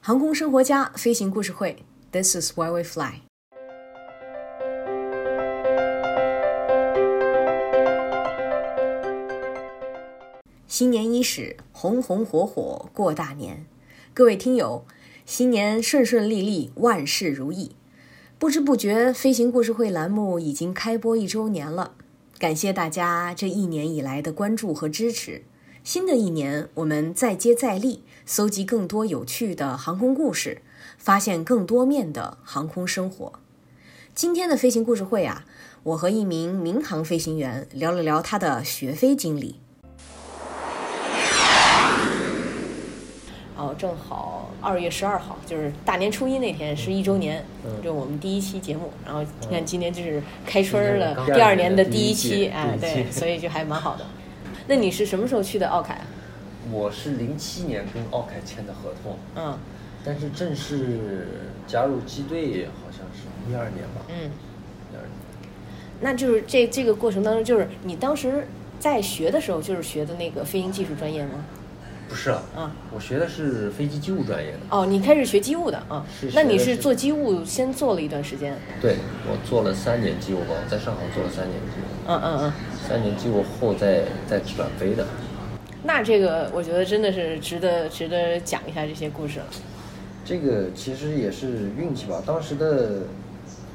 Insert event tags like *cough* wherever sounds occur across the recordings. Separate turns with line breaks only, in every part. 航空生活家飞行故事会，This is why we fly。新年伊始，红红火火过大年。各位听友，新年顺顺利利，万事如意。不知不觉，飞行故事会栏目已经开播一周年了，感谢大家这一年以来的关注和支持。新的一年，我们再接再厉，搜集更多有趣的航空故事，发现更多面的航空生活。今天的飞行故事会啊，我和一名民航飞行员聊了聊他的学飞经历。哦，正好二月十二号，就是大年初一那天，是一周年，就我们第一期节目。然后你看，今年就是开春儿了，
嗯
第二年的第一
第一
期，
期
哎，
第一
对， *laughs*
期
所以就还蛮好的。那你是什么时候去的奥凯啊？
我是零七年跟奥凯签的合同，
嗯
但是正式加入机队好像是一二年吧，
嗯，
一二年。
那就是这这个过程当中，就是你当时在学的时候，就是学的那个飞行技术专业吗？
不是啊，
啊，
我学的是飞机机务专业的。
哦，你开始学机务的啊
是？
那你
学的
是
是
做机务先做了一段时间？
对，我做了三年机务吧，我在上海做了三年机务，
嗯嗯嗯。
三年机务后再再转飞的。
那这个我觉得真的是值得值得讲一下这些故事了。
这个其实也是运气吧，当时的。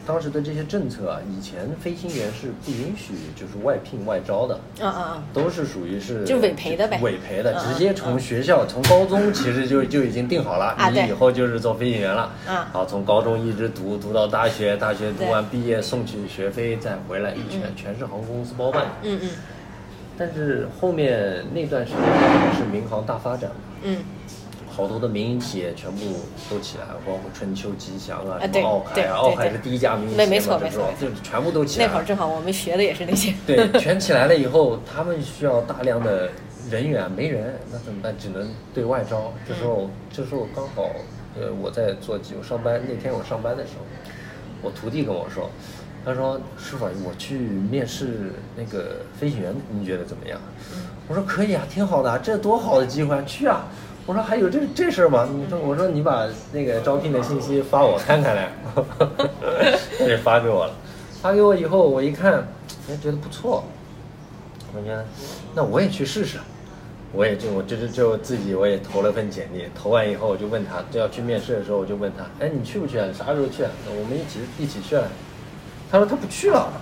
当时的这些政策啊，以前飞行员是不允许就是外聘外招的，
嗯嗯
都是属于是
就委培的呗
委培的，
嗯
直接从学校从高中其实就就已经定好了
啊，对
你以后就是做飞行员了。
啊
好，从高中一直读读到大学，大学
对
读完毕业送去学飞，再回来一全全是航空公司包办。
嗯嗯
但是后面那段时间也是民航大发展，
嗯
好多的民营企业全部都起来了，包括春秋吉祥啊，
啊
什
对
么奥凯
对
啊，奥
对
凯
对
是第一家民营企
没
业
没错
嘛，
没
就是
错
说
没错
就是全部都起来
那
了。
会儿正好我们学的也是那些。
*laughs* 对，全起来了以后，他们需要大量的人员，没人，那怎么办？只能对外招。这时候，这时候刚好，呃，我在做机务上班，那天我上班的时候，我徒弟跟我说，他说师傅，啊我去面试那个飞行员，你觉得怎么样？我说可以啊，挺好的啊，这多好的机会啊，去啊！我说还有这这事儿吗？你说我说你把那个招聘的信息发我看看来， *laughs* 他就发给我了。发给我以后，我一看，哎，觉得不错，我觉得那我也去试试。我也就我这这就自己我也投了份简历，投完以后我就问他，就要去面试的时候我就问他，哎，你去不去啊？啥时候去啊？我们一起一起去啊。他说他不去了，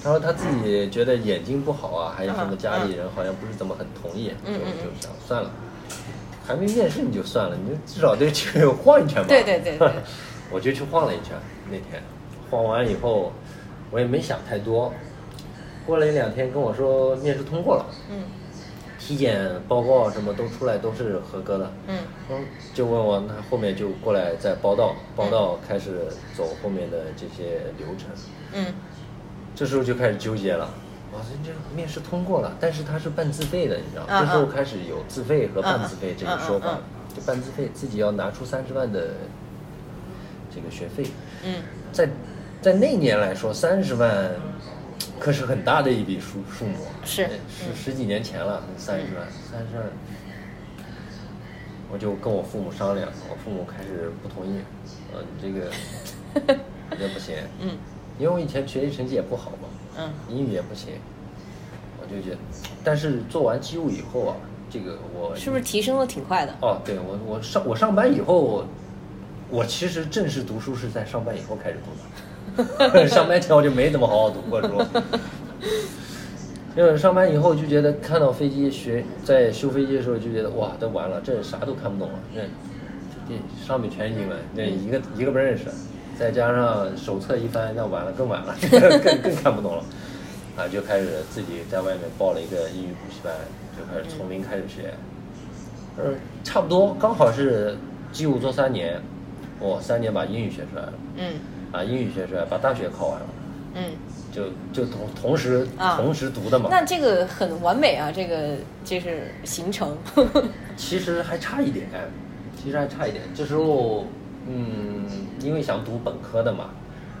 他说他自己觉得眼睛不好啊，还有什么家里人好像不是怎么很同意，就
嗯嗯嗯
就想算了，还没面试你就算了，你就至少得去晃一圈吧。
对对对对
*laughs* 我就去晃了一圈，那天晃完以后，我也没想太多。过了一两天跟我说面试通过了，
嗯
体检报告什么都出来都是合格的。
嗯
嗯，就问我那后面就过来再报道，报道开始走后面的这些流程。
嗯
这时候就开始纠结了。哇，这这面试通过了，但是他是半自费的，你知道吗？
嗯
这时候开始有自费和半自费
嗯
这个说法
嗯嗯
了。就半自费自己要拿出三十万的这个学费，
嗯
在在那年来说，三十万可是很大的一笔数数目，
是
哎
嗯
十十几年前了，嗯三十万，三十万。我就跟我父母商量，我父母开始不同意，呃，你
*laughs*
这个也不行，
嗯
因为我以前学习成绩也不好嘛，
嗯
英语也不行，我就觉得，但是做完机务以后啊，这个我
嗯，是不是提升的挺快的？
哦，对我我上我上班以后，我其实正式读书是在上班以后开始读的， *laughs* 上班前我就没怎么好好读过书。就是上班以后就觉得看到飞机学在修飞机的时候就觉得哇，都完了，这啥都看不懂了，这这上面全是英文，那一个一个不认识，再加上手册一翻，那完了更完了， *laughs* 更更看不懂了。啊，就开始自己在外面报了一个英语补习班，就开始从零开始学。呃，差不多，刚好是机务做三年，我、三年把英语学出来了，
嗯
把英语学出来，把大学考完了，
嗯。
就就同同时、
啊
同时读的嘛。
那这个很完美啊，这个就是行程。 *laughs*
其实还差一点，其实还差一点。这时候，嗯，因为想读本科的嘛，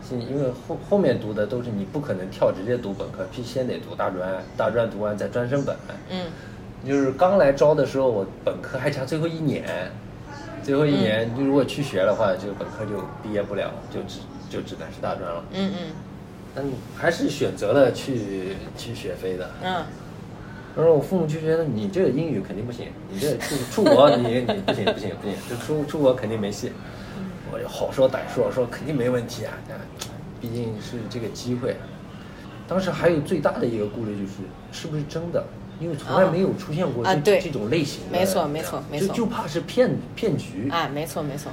是因为后后面读的都是你不可能跳直接读本科，必须先得读大专，大专读完再专升本。
嗯
就是刚来招的时候，我本科还差最后一年，最后一年，你如果去学的话，就本科就毕业不了，就只就只能是大专了。
嗯嗯
但还是选择了去去学飞的。
嗯，
然后我父母就觉得你这个英语肯定不行，你
*laughs*
这出出国你你不行不行不行，就出出国肯定没戏。我就好说歹说，我说肯定没问题啊，但毕竟是这个机会。当时还有最大的一个顾虑就是是不是真的，因为从来
啊
没有出现过这、
啊对
这种类型的，
没错没错没
就
错
就怕是骗骗局
啊，没错没错，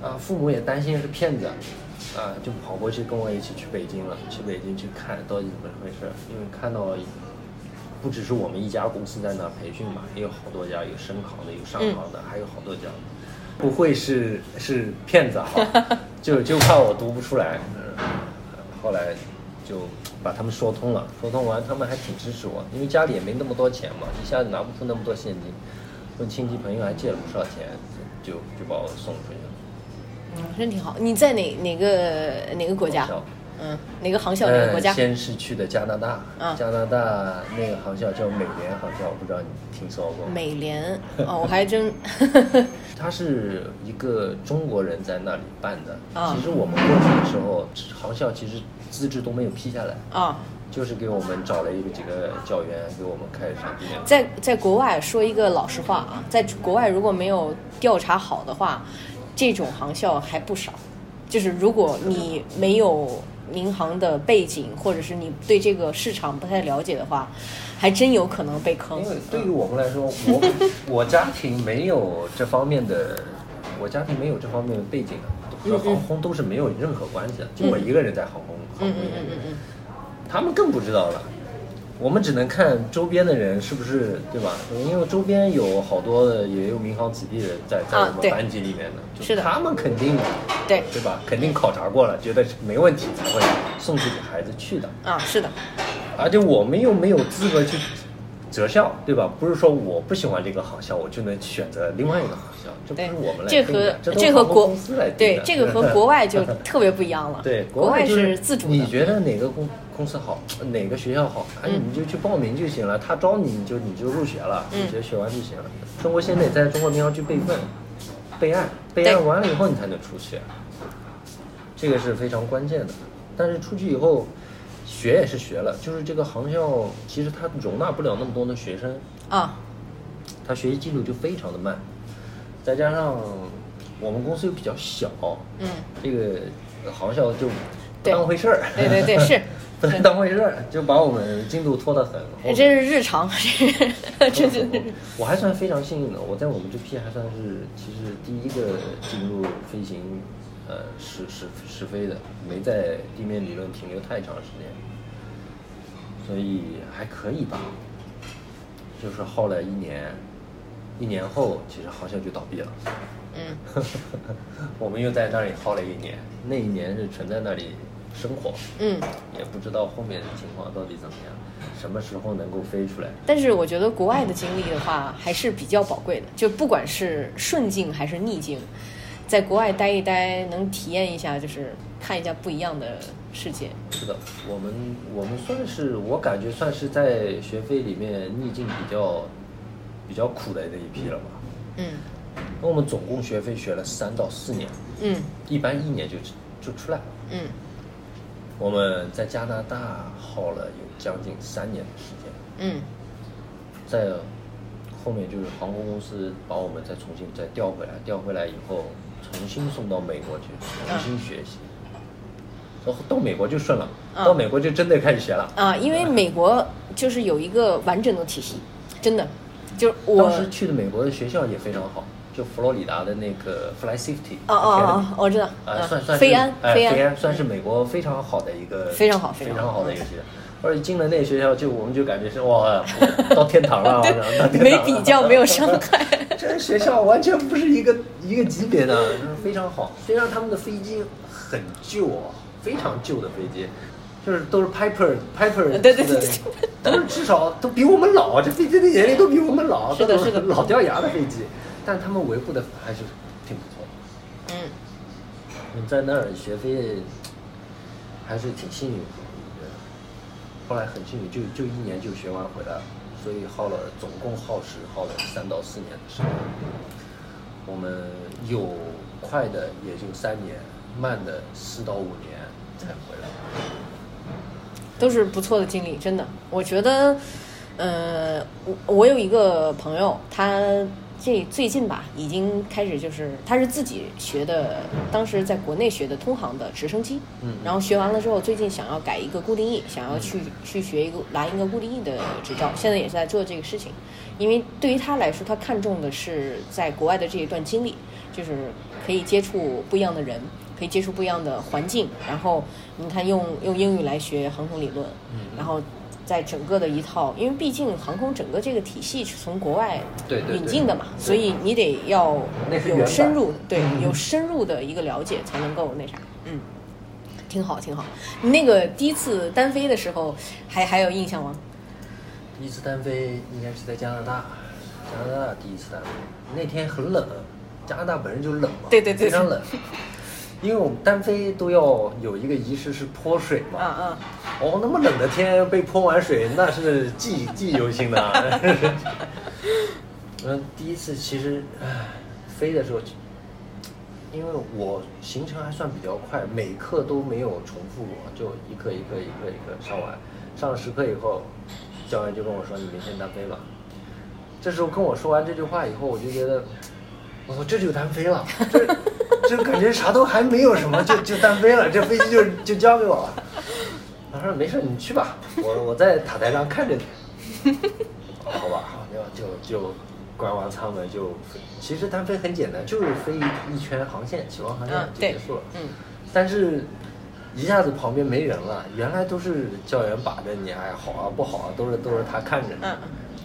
啊，父母也担心是骗子，啊，就跑过去跟我一起去北京了，去北京去看到底怎么回事，因为看到不只是我们一家公司在那培训嘛，也有好多家，有深航的，有上航的，还有好多家，不会是是骗子哈，就就怕我读不出来，嗯后来就把他们说通了，说通完他们还挺支持我，因为家里也没那么多钱嘛，一下子拿不出那么多现金，问亲戚朋友还借了不少钱，就就把我送出去了。
嗯，真挺好。你在哪哪个哪个国家
航校？
嗯，哪个航校？哪个国家
嗯？先是去的加拿大，
嗯
加拿大那个航校叫美联航校，我不知道你听说过没？
美联哦，我还真 *laughs*
它是一个中国人在那里办的。
啊
其实我们过去的时候，航校其实资质都没有批下来，
啊，
就是给我们找了一个几个教员给我们开展训练。
在在国外说一个老实话啊，在国外如果没有调查好的话，这种航校还不少。就是如果你没有民航的背景，或者是你对这个市场不太了解的话，还真有可能被坑
因。为对于我们来说，
*laughs*
我我家庭没有这方面的，我家庭没有这方面的背景
嗯
的，和航空都是没有任何关系的，就我一个人在航空航
嗯
空
嗯
业
嗯
里面。
嗯嗯，
他们更不知道了。我们只能看周边的人是不是对吧？因为周边有好多的也有民航子弟的在在
啊
我们
对
班级里面的，就是
的
他们肯定
对
对吧？肯定考察过了，觉得是没问题才会送自己孩子去的。
啊，是的，
而且我们又没有资格去择校，对吧？不是说我不喜欢这个航校，我就能选择另外一个航校，这不
对
是我们，来
这
定
和
的，这都
这
是
和
航空
国
公司来定
对
的
这个和国外就特别不一样了。
*laughs* 对，
国
外就
外是自主
你
的。嗯
觉得哪个公公司好，呃哪个学校好，哎，你就去报名就行了。他招你，你就你就入学了，
嗯
你直接学完就行了。中国现在也在中国民航局备份、备案，备
对
案完了以后你才能出去，这个是非常关键的。但是出去以后，学也是学了，就是这个航校其实它容纳不了那么多的学生，
啊，
他学习进度就非常的慢，再加上我们公司又比较小，
嗯，
这个航校就不
对
当回事儿，
对对
*laughs*
对，是，
不太当回事儿，就把我们进度拖得很。
这是日常，这是
*laughs*
这是 *laughs*
我我还算非常幸运的，我在我们这批还算是其实第一个进入飞行，呃试试试飞的，没在地面理论停留太长时间，所以还可以吧。就是耗了一年，一年后其实航校就倒闭了。 *laughs*
嗯，
我们又在那里耗了一年，那一年是纯在那里 *laughs* 生活，
嗯。
也不知道后面的情况到底怎么样，什么时候能够飞出来。
但是我觉得国外的经历的话，还是比较宝贵的。就不管是顺境还是逆境，在国外待一待，能体验一下，就是看一下不一样的世界。
是的，我们我们算是我感觉算是在学飞里面逆境比较比较苦的那一批了吧。
嗯
那我们总共学飞学了三到四年，
嗯
一般一年就就出来了。
嗯
我们在加拿大耗了有将近三年的时间，
嗯
在后面就是航空公司把我们再重新再调回来，调回来以后重新送到美国去，重新学习。然后到美国就顺了，
嗯
到美国就真的开始学了。
啊，因为美国就是有一个完整的体系，真的，就是我
当时去的美国的学校也非常好，就佛罗里达的那个 Fly Safety
哦哦哦，我知道，
呃，
嗯
算算是
飞安
哎，
安，
安算是美国非常好的一个
非常好非
非
常好
常好的一个学校。而且进了那个学校，就我们就感觉是哇，到天堂
*laughs*
了，到天堂
*laughs* 没
了
比较没有
*laughs*
伤害。
这学校完全不是一个一个级别的，非常好。虽然他们的飞机很旧啊，非常旧的飞机，就是都是 Piper Piper
对对对
出的那种，都是至少都比我们老，这飞机的年龄都比我们老，
是的
都
是的
老掉牙的飞机，但他们维护的还是挺不错的。
嗯
你在那儿学飞还是挺幸运的，我觉得。后来很幸运，就就一年就学完回来了，所以耗了总共耗时耗了三到四年的时间。我们有快的也就三年，慢的四到五年才回来。
都是不错的经历，真的。我觉得，呃，我我有一个朋友，他这最近吧，已经开始就是，他是自己学的，当时在国内学的通航的直升机，
嗯
然后学完了之后，最近想要改一个固定翼，想要去去学一个拿一个固定翼的执照，现在也是在做这个事情，因为对于他来说，他看重的是在国外的这一段经历，就是可以接触不一样的人。可以接触不一样的环境，然后你看用用英语来学航空理论，
嗯
然后在整个的一套，因为毕竟航空整个这个体系是从国外
对对对
引进的嘛，
对
所以你得要
那是原
有
版嗯
深入对有深入的一个了解才能够那啥，嗯，挺好挺好。
嗯
你那个第一次单飞的时候还还有印象吗？
第一次单飞应该是在加拿大，加拿大第一次单飞，那天很冷，加拿大本身就冷嘛，
对对对
非常冷。因为我们单飞都要有一个仪式是泼水嘛，
嗯嗯，
哦，那么冷的天被泼完水，那是记记忆犹新的啊。 *laughs* 嗯，第一次其实，唉，飞的时候，因为我行程还算比较快，每课都没有重复过，就一课一课一课一课上完，上了十课以后，教练就跟我说：“你明天单飞吧。”这时候跟我说完这句话以后，我就觉得，我操，这就单飞了，这这感觉啥都还没有什么，就就单飞了，这飞机就就交给我了。他说没事，你去吧，我我在塔台上看着你。好吧，好，那就就关完舱门就，其实单飞很简单，就是飞一圈航线，起航航线
嗯
就
对
结束了。
嗯
但是一下子旁边没人了，原来都是教员把着你，哎，好啊不好啊，都是都是他看着你。
嗯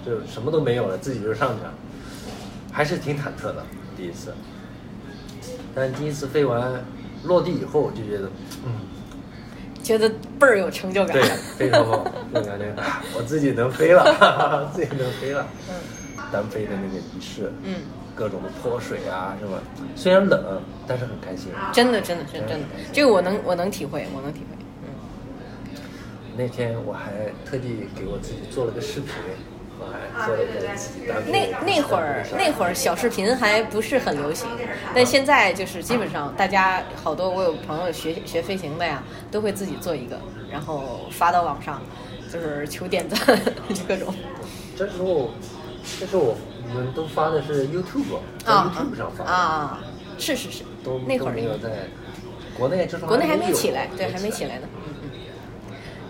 就什么都没有了，自己就上去了，还是挺忐忑的第一次。但第一次飞完落地以后，我就觉得，嗯，
觉得倍儿有成就感
对。，非常棒，就感觉啊我自己能飞了， *laughs* 自己能飞了。单飞的那个仪式，
嗯，
各种的泼水啊，是吧？虽然冷，但是很开心。
真的真的真的真的，这个我能我能体会，我能体会。嗯，
那天我还特地给我自己做了个视频，我还做了
啊
个自己单飞。
那那会儿那会儿小视频还不是很流行，但现在就是基本上大家好多我有朋友学学飞行的呀，都会自己做一个，然后发到网上，就是求点赞就各种。
这时候，这时候我我们都发的是 YouTube，在
啊
YouTube 上发的，
啊，是是是
都，
那会
都
儿
没有在国内，这时候
国内还
没
没
有
起来，对，还没起。来呢。嗯嗯，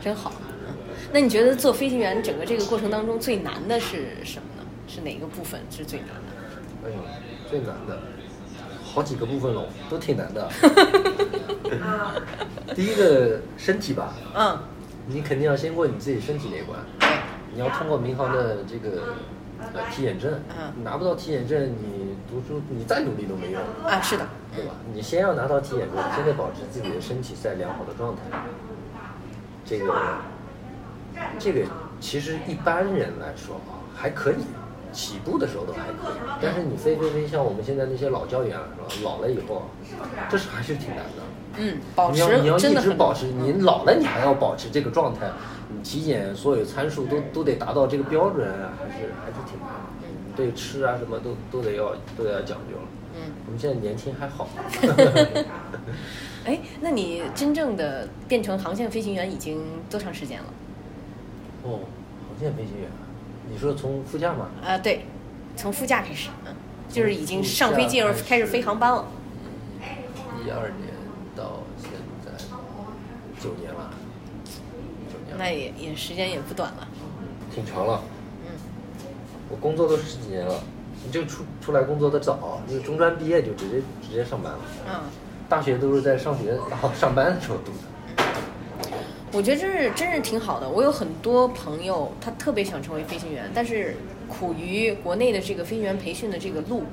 真好。嗯那你觉得做飞行员整个这个过程当中最难的是什么呢？是哪个部分是最难
*laughs*
的？
哎呦，最难的，好几个部分喽，都挺难的。第一个身体吧，
嗯，
你肯定要先过你自己身体那一关，你要通过民航的这个呃体检证，
嗯
拿不到体检证，你读书你再努力都没用。
啊，是的，
对吧？你先要拿到体检证，先得保持自己的身体在良好的状态。这个，这个其实一般人来说啊，还可以，起步的时候都还可以。但是你飞飞飞，像我们现在那些老教员啊，是吧？老了以后，这是还是挺难的。
嗯，保
你
持
要你要
真
一
的
直
很嗯
保持，你老了你还要保持这个状态，你体检所有参数都都得达到这个标准，啊还是还是挺难的。你对吃啊什么都都得要都得要讲究了。
嗯，
我们现在年轻还好。
哎，那你真正的变成航线飞行员已经多长时间了？
哦，航线飞行员，啊你说从副驾吗？
啊，对，从副驾开始，嗯，就是已经
从副
上飞
驾
机而
开始
开始飞航班了。
一二年到现在九年了，九年
那
了，
也也时间也不短了，
挺长了。
嗯，
我工作都十几年了，你就出出来工作的早，你中专毕业就直接直接上班了。
嗯。
大学都是在上学然后上班的时候读的。
我觉得这是真是挺好的。我有很多朋友，他特别想成为飞行员，但是苦于国内的这个飞行员培训的这个路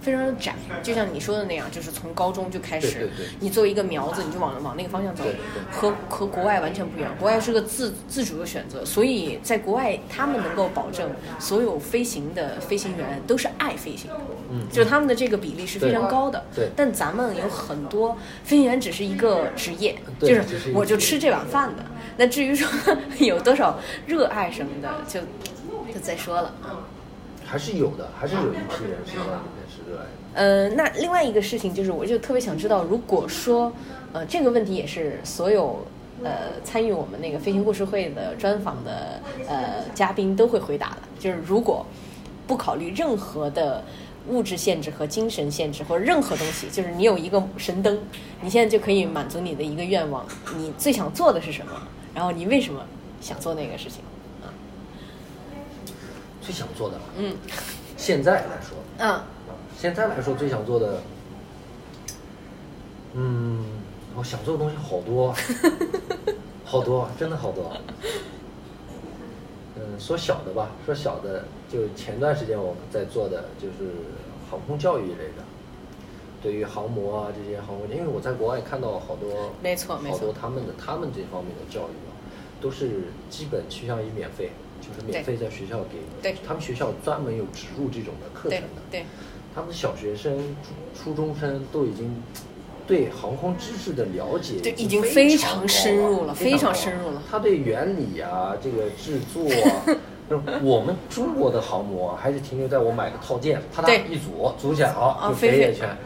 非常的窄，就像你说的那样，就是从高中就开始，
对对对
你作为一个苗子，你就往往那个方向走
对，对
和和国外完全不一样。国外是个自自主的选择，所以在国外他们能够保证所有飞行的飞行员都是爱飞行的，
嗯
就是他们的这个比例是非常高的。
对对
但咱们有很多飞行员只是一个职业，就
对
是
只是一个
我就
职
吃
业
这碗饭的。那至于说 *laughs* 有多少热爱什么的，就就再说了。
还是有的，还是有一批人是在里面是热爱的。
呃，那另外一个事情就是，我就特别想知道，如果说，呃，这个问题也是所有呃参与我们那个飞行故事会的专访的呃嘉宾都会回答的，就是如果不考虑任何的物质限制和精神限制或者任何东西，就是你有一个神灯，你现在就可以满足你的一个愿望，你最想做的是什么？然后你为什么想做那个事情？啊，
最想做的，
嗯
现在来说，
嗯
现在来说最想做的，嗯，我想做的东西好多
*laughs*
啊，好多啊，真的好多啊。嗯，说小的吧，说小的，就前段时间我们在做的就是航空教育类的，对于航模啊这些航空，因为我在国外看到好多，
没错没错
好多他们的他们这方面的教育啊，都是基本趋向于免费，就是免
对
费在学校给，
对
他们学校专门有植入这种的课程
对
的，
对，
他们小学生、初初中生都已经对航空知识的了解
对
已
已经非
非
常
常
深
高
入了非常
高
深入了
他对原理啊、这个制作
*laughs*
啊，就是我们中国的航模啊还是停留在我买个套件，啪
对
嗒一组组起来啊，
啊
就
飞
飞
飞
一圈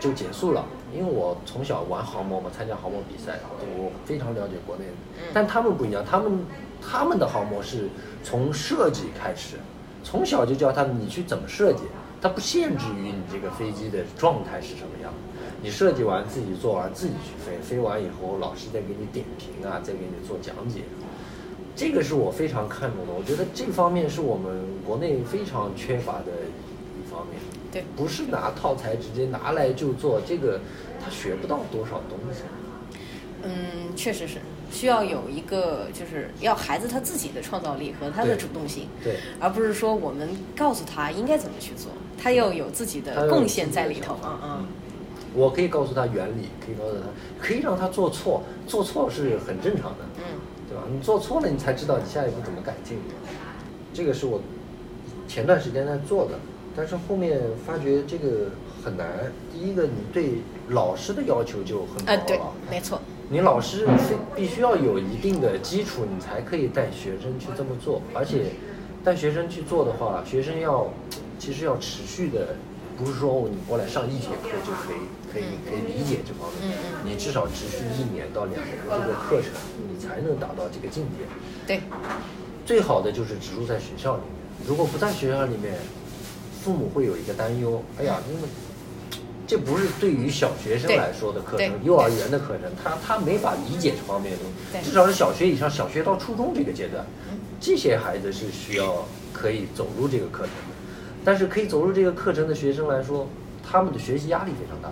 就结束了。因为我从小玩航模嘛，参加航模比赛，我非常了解国内的。
嗯
但他们不一样，他们他们的航模是从设计开始，从小就教他们你去怎么设计，它不限制于你这个飞机的状态是什么样。你设计完自己做完自己去飞，飞完以后老师再给你点评啊，再给你做讲解。这个是我非常看重的，我觉得这方面是我们国内非常缺乏的一方面。
对，
不是拿套材直接拿来就做，这个他学不到多少东西。
嗯，确实是需要有一个，就是要孩子他自己的创造力和他的
对
主动性，
对，
而不是说我们告诉他应该怎么去做，他要有自己
他要
的
有
贡
自
献
己
在
的
里头
想法
啊啊。
我可以告诉他原理，可以告诉他，可以让他做错，做错是很正常的，
嗯，
对吧？你做错了，你才知道你下一步怎么改进。这个是我前段时间在做的，但是后面发觉这个很难。第一个，你对老师的要求就很高
啊
了。
对，没错，
你老师是必须要有一定的基础，你才可以带学生去这么做。而且，带学生去做的话，学生要其实要持续的，不是说你过来上一节课就可以可以可以理解这方面，你至少持续一年到两年的这个课程，你才能达到这个境界。
对，
最好的就是植入在学校里面。如果不在学校里面，父母会有一个担忧，哎呀，因为这不是对于小学生
嗯对
来说的课程
对，
幼儿园的课程，他他没法理解这方面的东
对嗯
西，至少是小学以上，小学到初中这个阶段，这些孩子是需要可以走入这个课程的。但是可以走入这个课程的学生来说，他们的学习压力非常大。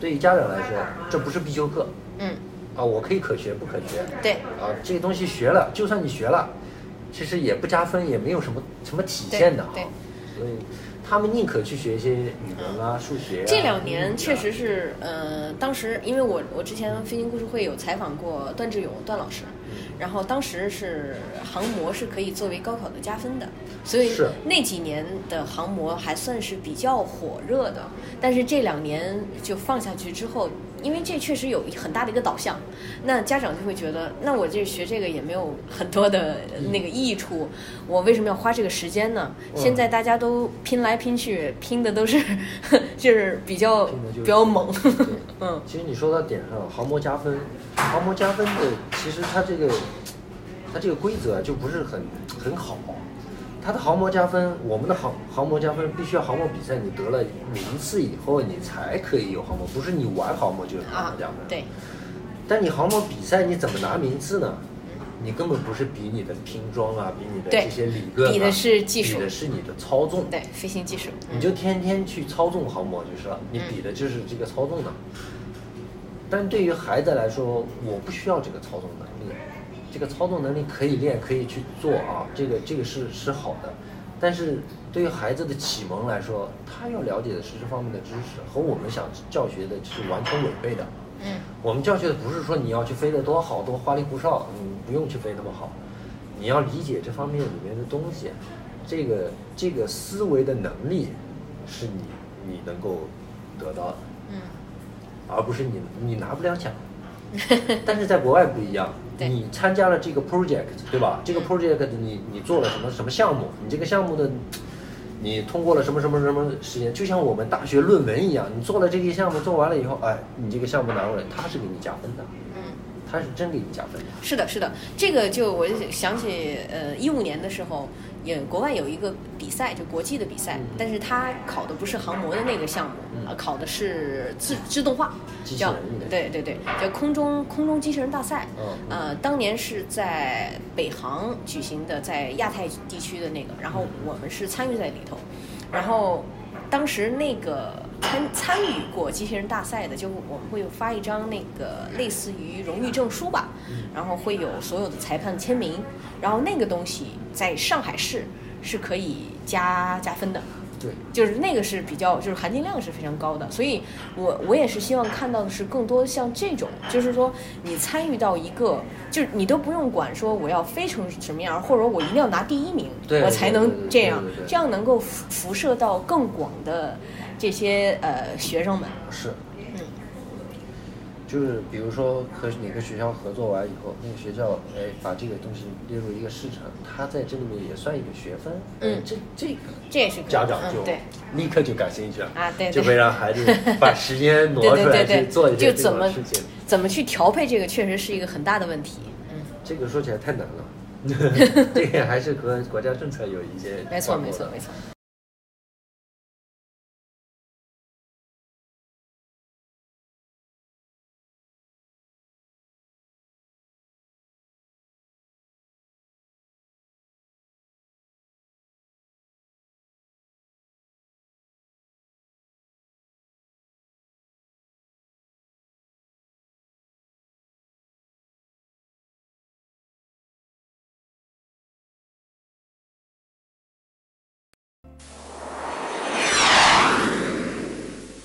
对于家长来说，这不是必修课
嗯，
啊，我可以可学不可学。
对，
啊，这个东西学了，就算你学了，其实也不加分，也没有什么什么体现的哈啊
对。
所以他们宁可去学一些语文啊、数学、啊。
这两
英语啊
年确实是，呃，当时因为我我之前飞行故事会有采访过段志勇段老师，
嗯
然后当时是航模是可以作为高考的加分的，所以
是
那几年的航模还算是比较火热的。但是这两年就放下去之后，因为这确实有一很大的一个导向，那家长就会觉得，那我这学这个也没有很多的那个益处，我为什么要花这个时间呢？
嗯
现在大家都拼来拼去，拼的都是 *laughs* 就是比较
拼的就是
比较
*laughs*
猛，
对
嗯，
其实你说到点上，了，航模加分，航模加分的，其实它这个，它这个规则啊就不是很很好。它的航模加分，我们的航航模加分必须要航模比赛你得了名次以后，你才可以有航模，不是你玩航模就有航
啊
模加分。，
对，
但你航模比赛你怎么拿名次呢？你根本不是比你的拼装啊，比你的
对
这些理论、啊，
比的是技术
比的是你的操纵。
对，飞行技术，嗯
你就天天去操纵航模就是了，你比的就是这个操纵的。但对于孩子来说，我不需要这个操纵能力，这个操纵能力可以练，可以去做啊，这个这个是是好的。但是对于孩子的启蒙来说，他要了解的是这方面的知识，和我们想教学的是完全违背的。
嗯，
我们教学的不是说你要去飞得多好多花里胡哨，你不用去飞那么好，你要理解这方面里面的东西，这个这个思维的能力是你你能够得到的，
嗯，
而不是你你拿不
*laughs*
了奖。但是在国外不一样，
对嗯
你参加了这个 project，对吧？这个 project 你你做了什么什么项目？你这个项目的你通过了什么什么什么时间，就像我们大学论文一样，你做了这个项目，做完了以后，哎，你这个项目拿过来，它是给你加分的，
嗯
它是真给你加分的。
是的，是的，这个就我就想起，呃，一五年的时候，也国外有一个比赛，就国际的比赛，
嗯
但是他考的不是航模的那个项目，
嗯
呃考的是自自动化，
机器
叫
人应该
对对对，叫空中空中机器人大赛。
嗯嗯
呃，当年是在北航举行的，在亚太地区的那个，然后我们是参与在里头，然后当时那个参参与过机器人大赛的，就我们会有发一张那个类似于荣誉证书吧，然后会有所有的裁判签名，然后那个东西在上海市是可以加加分的。
对，
就是那个是比较，就是含金量是非常高的，所以我我也是希望看到的是更多像这种，就是说你参与到一个，就是你都不用管说我要飞成什么样，或者我一定要拿第一名，
对
我才
对对
能
对
这样
对对，对
这样能够辐辐射到更广的这些呃学生们。
是，
嗯
就是比如说和哪个学校合作完以后，那个学校哎把这个东西列入一个市场，它在这里面也算一个学分，
嗯
哎这这个
这也是可以
家长
嗯
就
对
立刻就感兴趣了
啊对对
就会让孩
*laughs*
子把时间挪
对
出
对
来
对
去做
对，
一些
就
这
怎
种
么
事情。
怎么去调配这个，确实是一个很大的问题。嗯，
这个说起来太难 *laughs* 了。这个还是和国家政策有一些
没错
挂钩
没错
的
没错。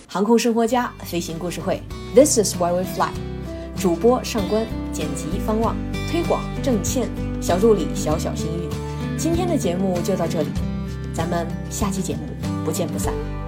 航空生活家飞行故事会，This is why we fly。主播上官，剪辑方望，推广郑倩，小助理小小心运。今天的节目就到这里，咱们下期节目不见不散。